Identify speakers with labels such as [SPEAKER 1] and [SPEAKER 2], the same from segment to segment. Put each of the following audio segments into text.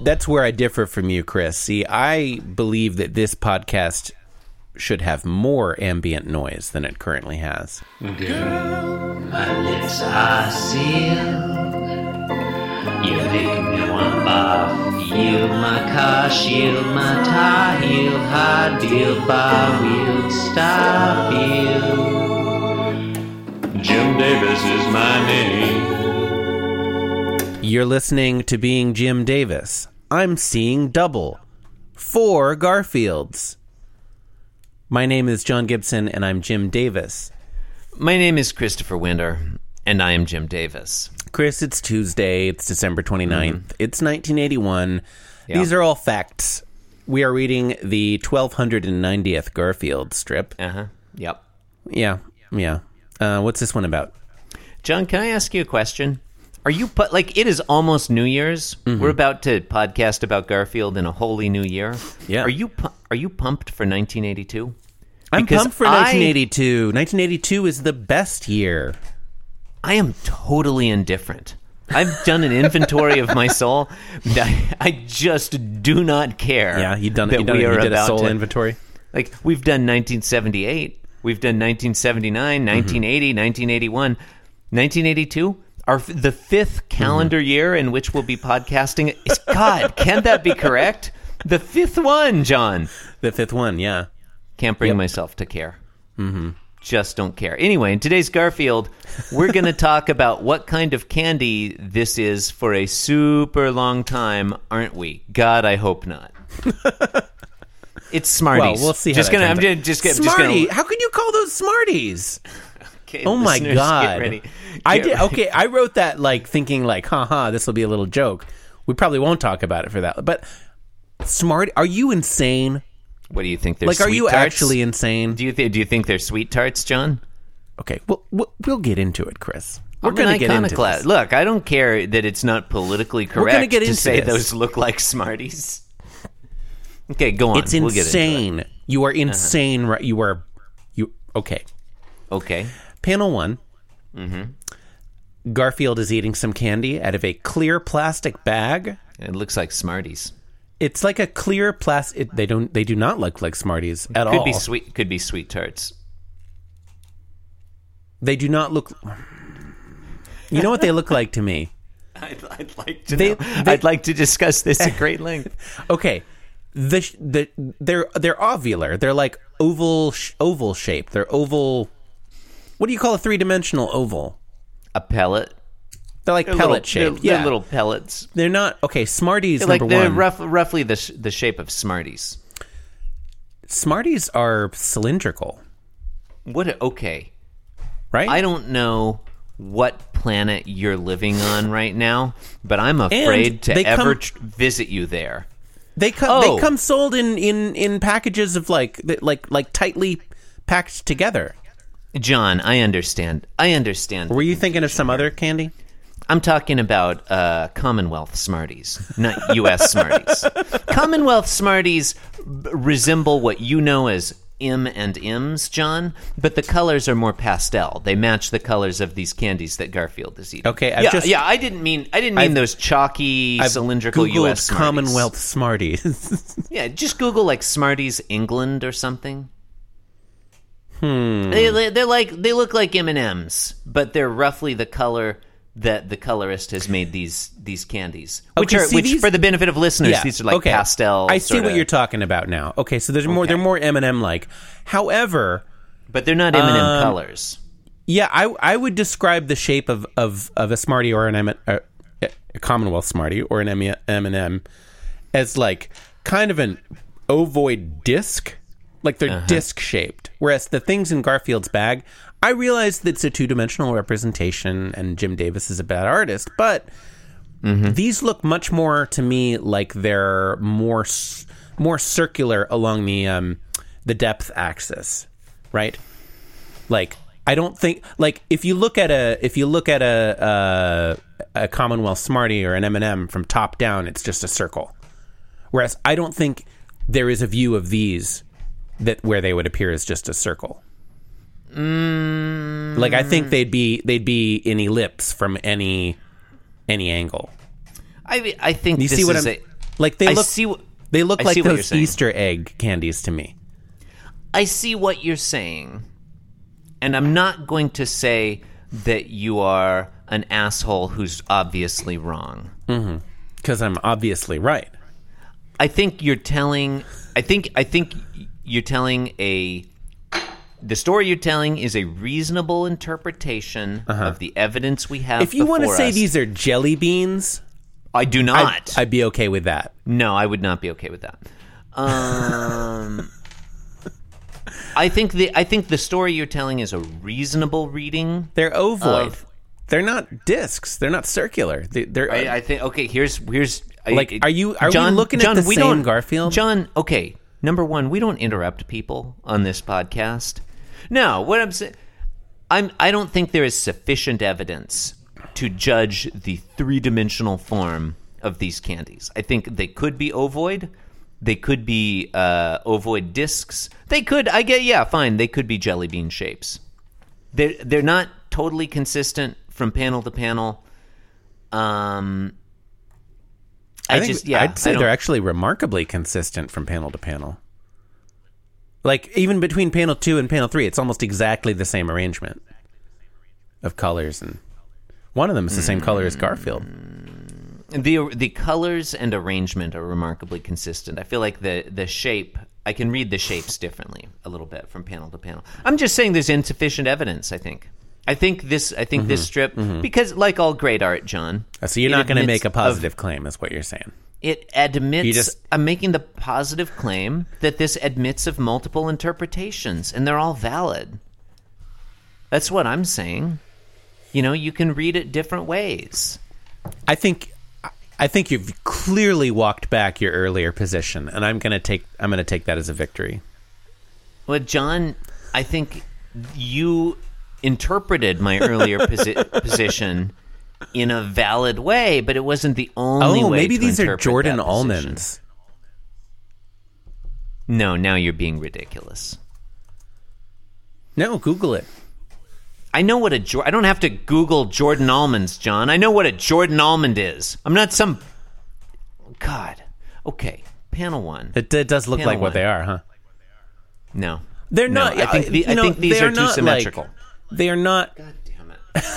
[SPEAKER 1] that's where I differ from you, Chris. See, I believe that this podcast should have more ambient noise than it currently has.
[SPEAKER 2] My lips are sealed. You make me want to Yield my car, shield my tie, heel, high deal, bar wheel, stop you. Jim Davis is my name.
[SPEAKER 1] You're listening to Being Jim Davis. I'm seeing double. Four Garfields. My name is John Gibson, and I'm Jim Davis.
[SPEAKER 3] My name is Christopher Winder, and I am Jim Davis.
[SPEAKER 1] Chris, it's Tuesday. It's December 29th. It's 1981. These are all facts. We are reading the 1290th Garfield strip.
[SPEAKER 3] Uh huh. Yep.
[SPEAKER 1] Yeah. Yeah. Uh, what's this one about?
[SPEAKER 3] John, can I ask you a question? Are you pu- like it is almost New Year's?
[SPEAKER 1] Mm-hmm.
[SPEAKER 3] We're about to podcast about Garfield in a wholly new year.
[SPEAKER 1] Yeah.
[SPEAKER 3] Are you pu- are you pumped for 1982?
[SPEAKER 1] I'm
[SPEAKER 3] Because
[SPEAKER 1] pumped for
[SPEAKER 3] I-
[SPEAKER 1] 1982. 1982 is the best year.
[SPEAKER 3] I am totally indifferent. I've done an inventory of my soul. I, I just do not care.
[SPEAKER 1] Yeah, you done it.
[SPEAKER 3] that
[SPEAKER 1] You done
[SPEAKER 3] we
[SPEAKER 1] it. You
[SPEAKER 3] are
[SPEAKER 1] did a
[SPEAKER 3] about
[SPEAKER 1] soul
[SPEAKER 3] to-
[SPEAKER 1] inventory.
[SPEAKER 3] Like we've done 1978, we've done 1979, 1980, 1981, 1982. Our f- the fifth calendar year in which we'll be podcasting. Is, God, can that be correct? The fifth one, John.
[SPEAKER 1] The fifth one. Yeah.
[SPEAKER 3] Can't bring myself to care. Mm-hmm. Just don't care. Anyway, in today's Garfield, we're going to talk about what kind of candy this is for a super long time, aren't we? God, I hope not. It's Smarties.
[SPEAKER 1] Well, we'll see. How
[SPEAKER 3] Just
[SPEAKER 1] that
[SPEAKER 3] gonna. I'm
[SPEAKER 1] turns out.
[SPEAKER 3] just, just, gonna- just
[SPEAKER 1] Smarty.
[SPEAKER 3] gonna.
[SPEAKER 1] How could you call those Smarties?
[SPEAKER 3] Okay,
[SPEAKER 1] Oh my
[SPEAKER 3] listeners,
[SPEAKER 1] god!
[SPEAKER 3] Get ready.
[SPEAKER 1] I
[SPEAKER 3] Get
[SPEAKER 1] did.
[SPEAKER 3] ready.
[SPEAKER 1] Okay, I wrote that like thinking like, haha, this will be a little joke. We probably won't talk about it for that. But Smart, are you insane?
[SPEAKER 3] What do you think? They're
[SPEAKER 1] Like, are
[SPEAKER 3] sweet
[SPEAKER 1] you
[SPEAKER 3] tarts?
[SPEAKER 1] actually insane?
[SPEAKER 3] Do you thi- do you think they're sweet tarts, John?
[SPEAKER 1] okay, well, we'll we'll get into it, Chris. We're
[SPEAKER 3] I'm an
[SPEAKER 1] gonna get into
[SPEAKER 3] iconoclast.
[SPEAKER 1] this.
[SPEAKER 3] Look, I don't care that it's not politically correct
[SPEAKER 1] gonna get into
[SPEAKER 3] to say
[SPEAKER 1] this.
[SPEAKER 3] those look like Smarties. Okay, go on.
[SPEAKER 1] It's
[SPEAKER 3] We'll get into it. Uh-huh.
[SPEAKER 1] insane. You are insane. Right? You are. You okay?
[SPEAKER 3] Okay.
[SPEAKER 1] Panel one.
[SPEAKER 3] Mm-hmm.
[SPEAKER 1] Garfield is eating some candy out of a clear plastic bag.
[SPEAKER 3] It looks like Smarties.
[SPEAKER 1] It's like a clear plastic. They don't. They do not look like Smarties at
[SPEAKER 3] Could
[SPEAKER 1] all.
[SPEAKER 3] be sweet. Could be sweet tarts.
[SPEAKER 1] They do not look. You know what they look like to me?
[SPEAKER 3] I'd, I'd like to.
[SPEAKER 1] They-
[SPEAKER 3] know.
[SPEAKER 1] they-
[SPEAKER 3] I'd like to discuss this at great length.
[SPEAKER 1] Okay, the sh- the they're they're ovular. They're like oval sh- oval shape. They're oval. What do you call a three dimensional oval?
[SPEAKER 3] A pellet.
[SPEAKER 1] They're like
[SPEAKER 3] They're
[SPEAKER 1] pellet
[SPEAKER 3] little,
[SPEAKER 1] shape.
[SPEAKER 3] They're,
[SPEAKER 1] yeah,
[SPEAKER 3] they're little pellets.
[SPEAKER 1] They're not okay. Smarties
[SPEAKER 3] like
[SPEAKER 1] number
[SPEAKER 3] they're
[SPEAKER 1] one.
[SPEAKER 3] rough, roughly the sh- the shape of Smarties.
[SPEAKER 1] Smarties are cylindrical,
[SPEAKER 3] What? A, okay.
[SPEAKER 1] right?
[SPEAKER 3] I don't know what planet you're living on right now, but I'm afraid
[SPEAKER 1] they
[SPEAKER 3] to ever
[SPEAKER 1] come-
[SPEAKER 3] tr- visit you there.
[SPEAKER 1] They come.
[SPEAKER 3] Oh.
[SPEAKER 1] They come sold in in in packages of like th- like like tightly packed together.
[SPEAKER 3] John, I understand. I understand.
[SPEAKER 1] Were you thinking of some other candy?
[SPEAKER 3] I'm talking about uh, Commonwealth Smarties, not U.S. Smarties. Commonwealth Smarties b- resemble what you know as M and M's, John, but the colors are more pastel. They match the colors of these candies that Garfield is eating.
[SPEAKER 1] Okay, I've
[SPEAKER 3] yeah,
[SPEAKER 1] just-
[SPEAKER 3] yeah. I didn't mean I didn't mean those chalky cylindrical
[SPEAKER 1] Googled
[SPEAKER 3] U.S. Smarties.
[SPEAKER 1] Commonwealth Smarties.
[SPEAKER 3] Yeah, just Google like Smarties England or something. Hmm. They they- they're like they look like M and M's, but they're roughly the color that the colorist has made these these candies, which
[SPEAKER 1] Okay,
[SPEAKER 3] are
[SPEAKER 1] see,
[SPEAKER 3] which
[SPEAKER 1] these-
[SPEAKER 3] for the benefit of listeners, these are like
[SPEAKER 1] okay.
[SPEAKER 3] pastel.
[SPEAKER 1] I see what
[SPEAKER 3] sorta-
[SPEAKER 1] you're talking about now. Okay, so there's more. They're more M and M like. However,
[SPEAKER 3] but they're not M and
[SPEAKER 1] Um,
[SPEAKER 3] M colors.
[SPEAKER 1] yeah, I I would describe the shape of of, of a Smartie or an M a, a Commonwealth Smartie or an M and M as like kind of an ovoid disc, like they're disc shaped. Whereas the things in Garfield's bag, I realize that it's a two dimensional representation, and Jim Davis is a bad artist, but. These look much more to me like they're more s- more circular along the um, the depth axis, right? Like I don't think like if you look at a if you look at a uh, a Commonwealth Smartie or an M and m from top down, it's just a circle. Whereas I don't think there is a view of these that where they would appear as just a circle.
[SPEAKER 3] Mm.
[SPEAKER 1] Like I think they'd be they'd be an ellipse from any any angle.
[SPEAKER 3] I I think
[SPEAKER 1] You
[SPEAKER 3] this
[SPEAKER 1] see what
[SPEAKER 3] is
[SPEAKER 1] I'm-
[SPEAKER 3] a
[SPEAKER 1] Like they
[SPEAKER 3] I
[SPEAKER 1] look
[SPEAKER 3] see. wh-
[SPEAKER 1] they look
[SPEAKER 3] I see
[SPEAKER 1] like
[SPEAKER 3] what you're
[SPEAKER 1] those
[SPEAKER 3] saying.
[SPEAKER 1] Easter egg candies to me.
[SPEAKER 3] I see what you're saying, and I'm not going to say that you are an asshole who's obviously wrong.
[SPEAKER 1] Because I'm obviously right.
[SPEAKER 3] I think you're telling. I think. I think you're telling a. The story you're telling is a reasonable interpretation of the evidence we have.
[SPEAKER 1] Uh-huh. If you want to
[SPEAKER 3] before
[SPEAKER 1] say
[SPEAKER 3] us.
[SPEAKER 1] these are jelly beans,
[SPEAKER 3] I do
[SPEAKER 1] I,
[SPEAKER 3] not.
[SPEAKER 1] I'd be okay with that.
[SPEAKER 3] No, I would not be okay with that. Um, I think the I think the story you're telling is a reasonable reading.
[SPEAKER 1] They're ovoid.
[SPEAKER 3] Of-
[SPEAKER 1] they're not discs. They're not circular. They, they're uh,
[SPEAKER 3] I, I think okay. Here's here's I-
[SPEAKER 1] Like, are you- are we
[SPEAKER 3] John,
[SPEAKER 1] looking at
[SPEAKER 3] John,
[SPEAKER 1] the
[SPEAKER 3] we
[SPEAKER 1] same
[SPEAKER 3] don't,
[SPEAKER 1] Garfield?
[SPEAKER 3] John, okay. Number one, we don't interrupt people on this podcast. No, what I'm saying, I'm I don't think there is sufficient evidence to judge the three dimensional form of these candies. I think they could be ovoid. They could be uh, ovoid discs. They could, I get, yeah, fine. They could be jelly bean shapes. They're they're not totally consistent from panel to panel. Um, I,
[SPEAKER 1] think-
[SPEAKER 3] just yeah,
[SPEAKER 1] I'd say
[SPEAKER 3] I don't-
[SPEAKER 1] they're actually remarkably consistent from panel to panel. Like even between panel two and panel three, it's almost exactly the same arrangement of colors, and one of them is the same color as
[SPEAKER 3] Mm.
[SPEAKER 1] Garfield.
[SPEAKER 3] the the colors and arrangement are remarkably consistent. I feel like the the shape I can read the shapes differently a little bit from panel to panel. I'm just saying there's insufficient evidence. I think. I think this. I think
[SPEAKER 1] Mm-hmm.
[SPEAKER 3] this strip because like all great art, John.
[SPEAKER 1] Uh, So you're
[SPEAKER 3] it
[SPEAKER 1] not going to make
[SPEAKER 3] admits
[SPEAKER 1] a
[SPEAKER 3] of-
[SPEAKER 1] positive claim, is what you're saying.
[SPEAKER 3] It admits.
[SPEAKER 1] You just-
[SPEAKER 3] I'm making the positive claim that this admits of multiple interpretations, and they're all valid. That's what I'm saying. You know, you can read it different ways.
[SPEAKER 1] I think, I think you've clearly walked back your earlier position, and I'm going to take I'm going to take that as a victory.
[SPEAKER 3] Well, John, I think you interpreted my earlier posi- position in a valid way, but it wasn't the only
[SPEAKER 1] oh,
[SPEAKER 3] way.
[SPEAKER 1] maybe
[SPEAKER 3] to
[SPEAKER 1] these are
[SPEAKER 3] interpret
[SPEAKER 1] Jordan
[SPEAKER 3] that position.
[SPEAKER 1] almonds.
[SPEAKER 3] No, now you're being ridiculous.
[SPEAKER 1] No, Google it.
[SPEAKER 3] I know what a Jor- I don't have to Google Jordan almonds, John. I know what a Jordan almond is. I'm not some God. Okay, panel one.
[SPEAKER 1] It, it does look
[SPEAKER 3] Panel
[SPEAKER 1] like what
[SPEAKER 3] one.
[SPEAKER 1] they are, huh?
[SPEAKER 3] No,
[SPEAKER 1] They're
[SPEAKER 3] No,
[SPEAKER 1] not. uh,
[SPEAKER 3] I think the-
[SPEAKER 1] you
[SPEAKER 3] I
[SPEAKER 1] know,
[SPEAKER 3] think these
[SPEAKER 1] they
[SPEAKER 3] are too
[SPEAKER 1] not, like-
[SPEAKER 3] symmetrical.
[SPEAKER 1] they are not.
[SPEAKER 3] God damn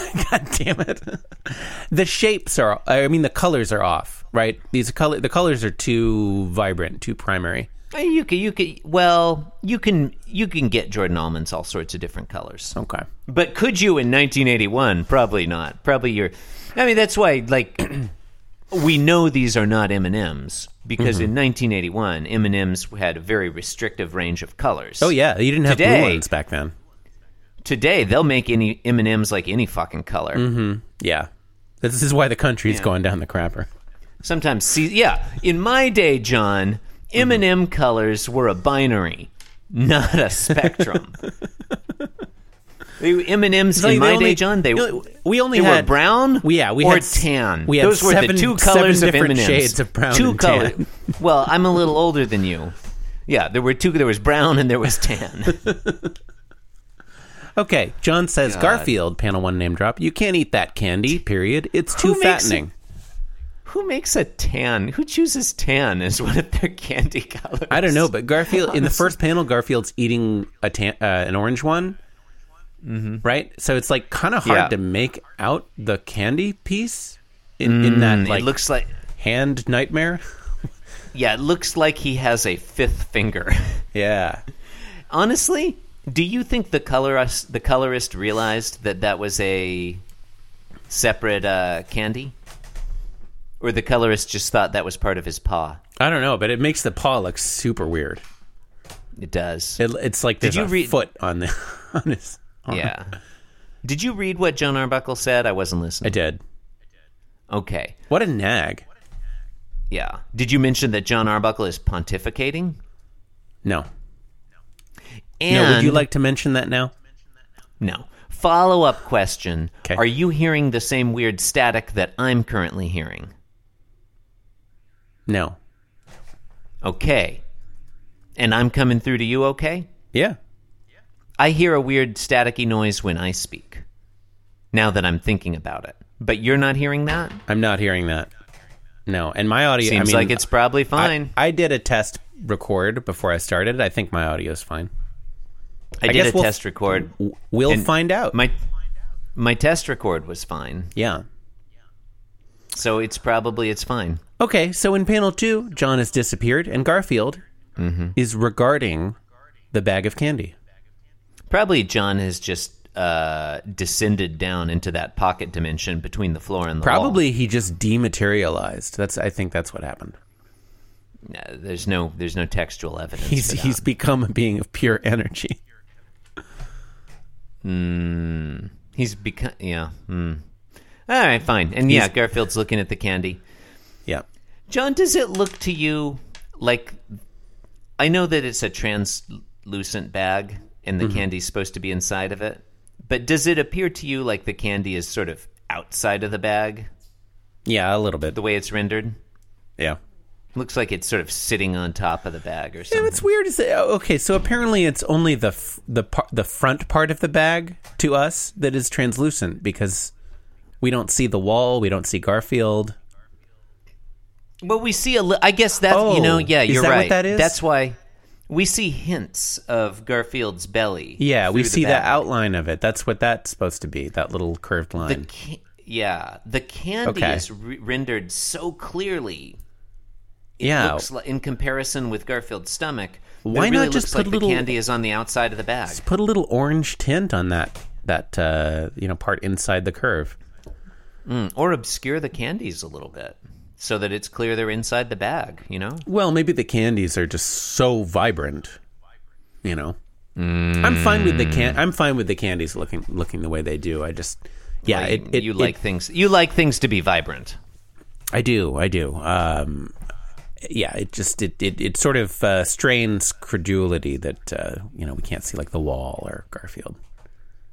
[SPEAKER 3] it.
[SPEAKER 1] God damn it! the shapes are. I mean, the colors are off. Right? These color. The colors are too vibrant, too primary.
[SPEAKER 3] Uh, You can, you can. Well, you can, you can get Jordan almonds all sorts of different colors.
[SPEAKER 1] Okay.
[SPEAKER 3] But could you in 1981? Probably not. Probably you're. I mean, that's why like we know these are not M and M's because
[SPEAKER 1] Mm-hmm.
[SPEAKER 3] in 1981 M and M's had a very restrictive range of colors.
[SPEAKER 1] Oh yeah, you didn't have blue
[SPEAKER 3] Today-
[SPEAKER 1] ones back then.
[SPEAKER 3] Today they'll make any M and M's like any fucking color.
[SPEAKER 1] Mm-hmm. Yeah. This is why the country's going down the crapper.
[SPEAKER 3] Sometimes, see, yeah. In my day, John,
[SPEAKER 1] Mm-hmm.
[SPEAKER 3] M and M colors were a binary, not a spectrum. M and M's
[SPEAKER 1] like
[SPEAKER 3] in
[SPEAKER 1] the
[SPEAKER 3] my
[SPEAKER 1] only-
[SPEAKER 3] day, John, they
[SPEAKER 1] you know, we only
[SPEAKER 3] they
[SPEAKER 1] had-
[SPEAKER 3] were brown.
[SPEAKER 1] we- yeah, we
[SPEAKER 3] or
[SPEAKER 1] had s-
[SPEAKER 3] tan.
[SPEAKER 1] we had
[SPEAKER 3] Those were
[SPEAKER 1] seven-
[SPEAKER 3] the two
[SPEAKER 1] seven
[SPEAKER 3] colors of
[SPEAKER 1] different
[SPEAKER 3] M&Ms.
[SPEAKER 1] shades of brown
[SPEAKER 3] Two
[SPEAKER 1] and
[SPEAKER 3] color-
[SPEAKER 1] tan.
[SPEAKER 3] well, I'm a little older than you. Yeah, there were two. There was brown and there was tan.
[SPEAKER 1] Okay, John says Garfield panel one name drop. You can't eat that candy. Period. It's too
[SPEAKER 3] Who makes it-
[SPEAKER 1] fattening.
[SPEAKER 3] Who makes a tan? Who chooses tan as one of their candy colors?
[SPEAKER 1] I don't know, but Garfield in the first panel, Garfield's eating a tan, uh, an orange one, right? So it's like kind of hard
[SPEAKER 3] Mm-hmm. Yeah.
[SPEAKER 1] to make out the candy piece in, in that like
[SPEAKER 3] Mm, it looks like
[SPEAKER 1] hand nightmare.
[SPEAKER 3] yeah, it looks like he has a fifth finger.
[SPEAKER 1] Yeah,
[SPEAKER 3] honestly, do you think the colorist the colorist realized that that was a separate uh, candy, or the colorist just thought that was part of his paw?
[SPEAKER 1] I don't know, but it makes the paw look super weird.
[SPEAKER 3] It does.
[SPEAKER 1] It, it's like there's
[SPEAKER 3] you
[SPEAKER 1] a
[SPEAKER 3] read-
[SPEAKER 1] foot on the on his. arm.
[SPEAKER 3] yeah. Did you read what John Arbuckle said? I wasn't
[SPEAKER 1] I
[SPEAKER 3] listening.
[SPEAKER 1] did.
[SPEAKER 3] Okay.
[SPEAKER 1] What a nag!
[SPEAKER 3] Yeah. Did you mention that John Arbuckle is pontificating?
[SPEAKER 1] No,
[SPEAKER 3] And
[SPEAKER 1] no. Would you like to mention that now?
[SPEAKER 3] No. Follow up question.
[SPEAKER 1] 'Kay.
[SPEAKER 3] Are you hearing the same weird static that I'm currently hearing?
[SPEAKER 1] No.
[SPEAKER 3] Okay. And I'm coming through to you, okay?
[SPEAKER 1] Yeah.
[SPEAKER 3] I hear a weird staticky noise when I speak. Now that I'm thinking about it. But you're not hearing that?
[SPEAKER 1] I'm not hearing that. no. And my audio I
[SPEAKER 3] Seems
[SPEAKER 1] mean,
[SPEAKER 3] like it's probably
[SPEAKER 1] I,
[SPEAKER 3] fine.
[SPEAKER 1] I did a test record before I started. I think my audio's fine.
[SPEAKER 3] I, did
[SPEAKER 1] guess
[SPEAKER 3] a
[SPEAKER 1] we'll-
[SPEAKER 3] test record.
[SPEAKER 1] W- We'll
[SPEAKER 3] And
[SPEAKER 1] find out.
[SPEAKER 3] My my test record was fine,
[SPEAKER 1] yeah.
[SPEAKER 3] so it's probably it's fine.
[SPEAKER 1] Okay, so in panel two, John has disappeared, and Garfield
[SPEAKER 3] Mm-hmm.
[SPEAKER 1] is regarding the bag of candy.
[SPEAKER 3] Probably John has just uh, descended down into that pocket dimension between the floor and the wall.
[SPEAKER 1] Probably he just dematerialized. That's I think that's what happened.
[SPEAKER 3] Uh, there's no there's no textual evidence.
[SPEAKER 1] He's
[SPEAKER 3] for that.
[SPEAKER 1] he's become a being of pure energy.
[SPEAKER 3] He's become yeah. Hmm. All right, fine. And yeah, Garfield's looking at the candy.
[SPEAKER 1] Yeah.
[SPEAKER 3] John, does it look to you like I know that it's a translucent bag and the
[SPEAKER 1] Mm-hmm.
[SPEAKER 3] candy's supposed to be inside of it, but does it appear to you like the candy is sort of outside of the bag
[SPEAKER 1] Yeah, a little bit.
[SPEAKER 3] the way it's rendered?
[SPEAKER 1] Yeah.
[SPEAKER 3] Looks like it's sort of sitting on top of the bag or
[SPEAKER 1] And
[SPEAKER 3] something.
[SPEAKER 1] it's weird. Is it, okay, so apparently it's only the f- the par- the front part of the bag to us that is translucent because we don't see the wall, we don't see Garfield.
[SPEAKER 3] Well, we see a li- I guess that you know,
[SPEAKER 1] Oh,
[SPEAKER 3] yeah,
[SPEAKER 1] is
[SPEAKER 3] you're
[SPEAKER 1] that what
[SPEAKER 3] right.
[SPEAKER 1] that is?
[SPEAKER 3] That's why we see hints of Garfield's belly.
[SPEAKER 1] Yeah, we
[SPEAKER 3] through the
[SPEAKER 1] see that
[SPEAKER 3] bag.
[SPEAKER 1] outline of it. That's what that's supposed to be. That little curved
[SPEAKER 3] The
[SPEAKER 1] line.
[SPEAKER 3] ca- yeah, the candy
[SPEAKER 1] Okay.
[SPEAKER 3] is re- rendered so clearly
[SPEAKER 1] yeah.
[SPEAKER 3] looks li- in comparison with Garfield's stomach. that
[SPEAKER 1] Oh. Why
[SPEAKER 3] it really
[SPEAKER 1] not just
[SPEAKER 3] looks
[SPEAKER 1] put
[SPEAKER 3] like
[SPEAKER 1] little-
[SPEAKER 3] the candy is on the outside of the bag?
[SPEAKER 1] put a little orange tint on that that uh, you know part inside the curve. Hmm.
[SPEAKER 3] Or obscure the candies a little bit so that it's clear they're inside the bag, you know?
[SPEAKER 1] Well, maybe the candies are just so vibrant, you know. I'm fine with the can.
[SPEAKER 3] Mm.
[SPEAKER 1] I'm fine with the candies looking looking the way they do. I just, yeah,
[SPEAKER 3] Like,
[SPEAKER 1] it, it,
[SPEAKER 3] you
[SPEAKER 1] it-
[SPEAKER 3] like things you like things to be vibrant.
[SPEAKER 1] I do. I do. Um, yeah, it just it it, it sort of uh, strains credulity that uh, you know we can't see like the wall or Garfield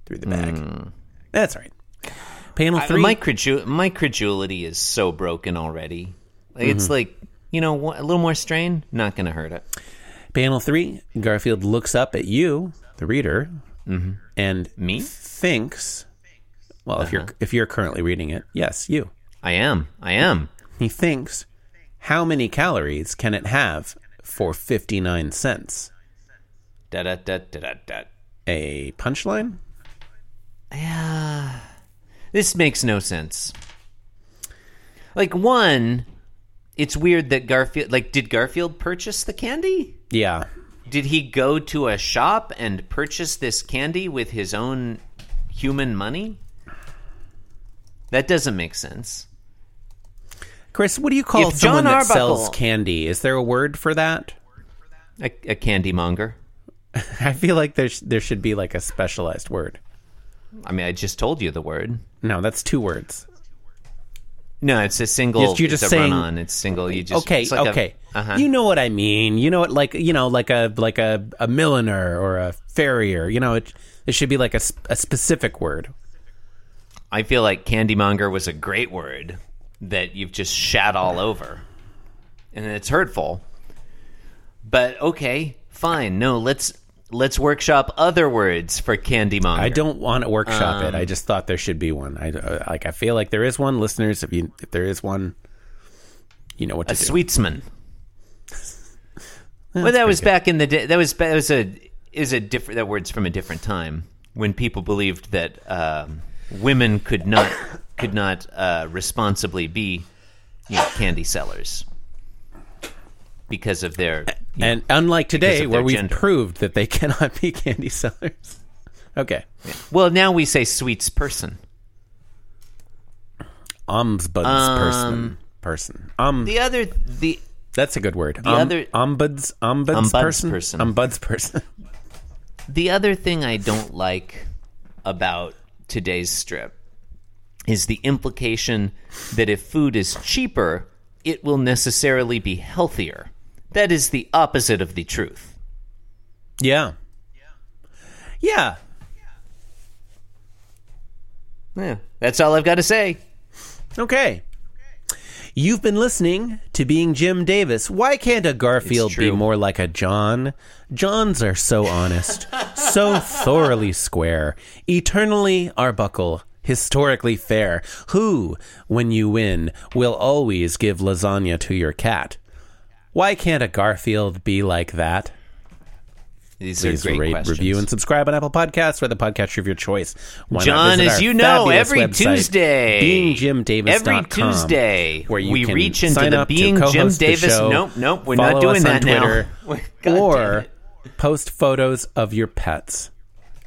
[SPEAKER 1] through the bag. That's all right. Panel three.
[SPEAKER 3] My, credu- my credulity is so broken already. Like,
[SPEAKER 1] Mm-hmm.
[SPEAKER 3] It's like, you know, wha- a little more strain, not going to hurt it.
[SPEAKER 1] Panel three, Garfield looks up at you, the reader, and
[SPEAKER 3] Me?
[SPEAKER 1] thinks. Well, if you're if you're currently reading it, yes, you.
[SPEAKER 3] I am. I am.
[SPEAKER 1] He thinks, how many calories can it have for fifty nine cents?
[SPEAKER 3] Da da da da da da.
[SPEAKER 1] A punchline?
[SPEAKER 3] Yeah. This makes no sense. Like one, it's weird that Garfield like did Garfield purchase the candy?
[SPEAKER 1] Yeah,
[SPEAKER 3] Did he go to a shop and purchase this candy with his own human money? That doesn't make sense.
[SPEAKER 1] Chris, what do you call
[SPEAKER 3] If
[SPEAKER 1] someone
[SPEAKER 3] John
[SPEAKER 1] that sells
[SPEAKER 3] Arbuckle-
[SPEAKER 1] candy? Is there a word for that?
[SPEAKER 3] A, a candy monger.
[SPEAKER 1] I feel like there sh- there should be like a specialized word.
[SPEAKER 3] I mean, I just told you the word.
[SPEAKER 1] No, that's two words.
[SPEAKER 3] No, it's a single.
[SPEAKER 1] Yes, you're
[SPEAKER 3] it's
[SPEAKER 1] just
[SPEAKER 3] a
[SPEAKER 1] saying-
[SPEAKER 3] run-on. It's single. You just
[SPEAKER 1] okay
[SPEAKER 3] it's like a-
[SPEAKER 1] okay
[SPEAKER 3] uh-huh.
[SPEAKER 1] you know what i mean you know what like you know like a like a, a milliner or a farrier you know it, it should be like a, sp- a specific word
[SPEAKER 3] I feel like candymonger was a great word that you've just shat all over. And it's hurtful. But okay, fine. No, let's let's workshop other words for candymonger.
[SPEAKER 1] i don't want to workshop it i just thought there should be one i uh, like i feel like there is one listeners if you if there is one you know what to
[SPEAKER 3] a
[SPEAKER 1] do
[SPEAKER 3] sweetsman. well, that was back in the day. That was that was a is a different that word's from a different time when people believed that um, women could not could not uh, responsibly be you know, candy sellers because of their
[SPEAKER 1] and unlike today
[SPEAKER 3] of
[SPEAKER 1] where
[SPEAKER 3] their
[SPEAKER 1] we've
[SPEAKER 3] gender.
[SPEAKER 1] proved that they cannot be candy sellers okay
[SPEAKER 3] Well, now we say sweets person.
[SPEAKER 1] ombudsperson person um
[SPEAKER 3] The other the
[SPEAKER 1] that's a good word um,
[SPEAKER 3] other-
[SPEAKER 1] ombuds ombudsperson
[SPEAKER 3] Ombudsperson.
[SPEAKER 1] ombudsperson
[SPEAKER 3] the other thing I don't like about today's strip is the implication that if food is cheaper, it will necessarily be healthier. That is the opposite of the truth.
[SPEAKER 1] Yeah. Yeah.
[SPEAKER 3] Yeah. That's all I've got to say.
[SPEAKER 1] Okay. You've been listening to Being Jim Davis. Why can't a Garfield
[SPEAKER 3] It's
[SPEAKER 1] be
[SPEAKER 3] true.
[SPEAKER 1] more like a John? Johns are so honest, so thoroughly square, eternally Arbuckle, historically fair. Who, when you win, will always give lasagna to your cat? Why can't a Garfield be like that?
[SPEAKER 3] These
[SPEAKER 1] Please
[SPEAKER 3] are great
[SPEAKER 1] rate,
[SPEAKER 3] questions.
[SPEAKER 1] review, and subscribe on Apple Podcasts or the podcast of your choice. Why not
[SPEAKER 3] John,
[SPEAKER 1] visit
[SPEAKER 3] as
[SPEAKER 1] our
[SPEAKER 3] you know,
[SPEAKER 1] fabulous
[SPEAKER 3] every
[SPEAKER 1] website,
[SPEAKER 3] Tuesday,
[SPEAKER 1] beingjimdavis.com,
[SPEAKER 3] every Tuesday,
[SPEAKER 1] where you
[SPEAKER 3] we
[SPEAKER 1] can
[SPEAKER 3] reach into
[SPEAKER 1] sign
[SPEAKER 3] the
[SPEAKER 1] up to
[SPEAKER 3] Being
[SPEAKER 1] co-host
[SPEAKER 3] Jim
[SPEAKER 1] the
[SPEAKER 3] Davis-
[SPEAKER 1] show,
[SPEAKER 3] nope, nope, we're not
[SPEAKER 1] follow
[SPEAKER 3] doing
[SPEAKER 1] us
[SPEAKER 3] that
[SPEAKER 1] on
[SPEAKER 3] now.
[SPEAKER 1] Twitter,
[SPEAKER 3] God damn
[SPEAKER 1] or
[SPEAKER 3] it.
[SPEAKER 1] post photos of your pets.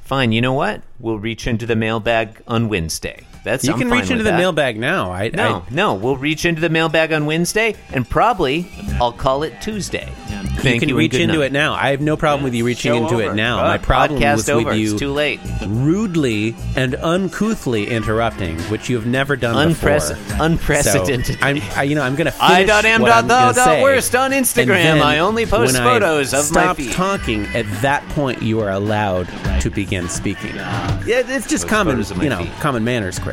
[SPEAKER 3] Fine, you know what? We'll reach into the mailbag on Wednesday. That's
[SPEAKER 1] You
[SPEAKER 3] I'm
[SPEAKER 1] can
[SPEAKER 3] fine
[SPEAKER 1] reach into
[SPEAKER 3] with
[SPEAKER 1] the
[SPEAKER 3] that.
[SPEAKER 1] mailbag now. I, I,
[SPEAKER 3] No, no, we'll reach into the mailbag on Wednesday, and probably I'll call it Tuesday. Thank
[SPEAKER 1] you can
[SPEAKER 3] and
[SPEAKER 1] reach
[SPEAKER 3] good
[SPEAKER 1] into
[SPEAKER 3] night.
[SPEAKER 1] it now. I have no problem with you reaching
[SPEAKER 3] Show
[SPEAKER 1] into
[SPEAKER 3] over.
[SPEAKER 1] it now.
[SPEAKER 3] Uh,
[SPEAKER 1] My problem
[SPEAKER 3] podcast
[SPEAKER 1] was
[SPEAKER 3] over.
[SPEAKER 1] with
[SPEAKER 3] It's too
[SPEAKER 1] you
[SPEAKER 3] late.
[SPEAKER 1] rudely and uncouthly interrupting, which you have never done
[SPEAKER 3] Unprece-
[SPEAKER 1] before.
[SPEAKER 3] unprecedented.
[SPEAKER 1] So I'm, I, you know, I'm going to finish
[SPEAKER 3] I dot am
[SPEAKER 1] what
[SPEAKER 3] dot
[SPEAKER 1] I'm
[SPEAKER 3] thou
[SPEAKER 1] gonna
[SPEAKER 3] dot
[SPEAKER 1] say,
[SPEAKER 3] worst on
[SPEAKER 1] and
[SPEAKER 3] Instagram.
[SPEAKER 1] then
[SPEAKER 3] I only post
[SPEAKER 1] when I
[SPEAKER 3] photos of my
[SPEAKER 1] stop
[SPEAKER 3] feed.
[SPEAKER 1] talking. At that point, you are allowed to begin speaking. Yeah, it's just
[SPEAKER 3] Post
[SPEAKER 1] common,
[SPEAKER 3] photos of my
[SPEAKER 1] you know,
[SPEAKER 3] feed.
[SPEAKER 1] common manners, Chris.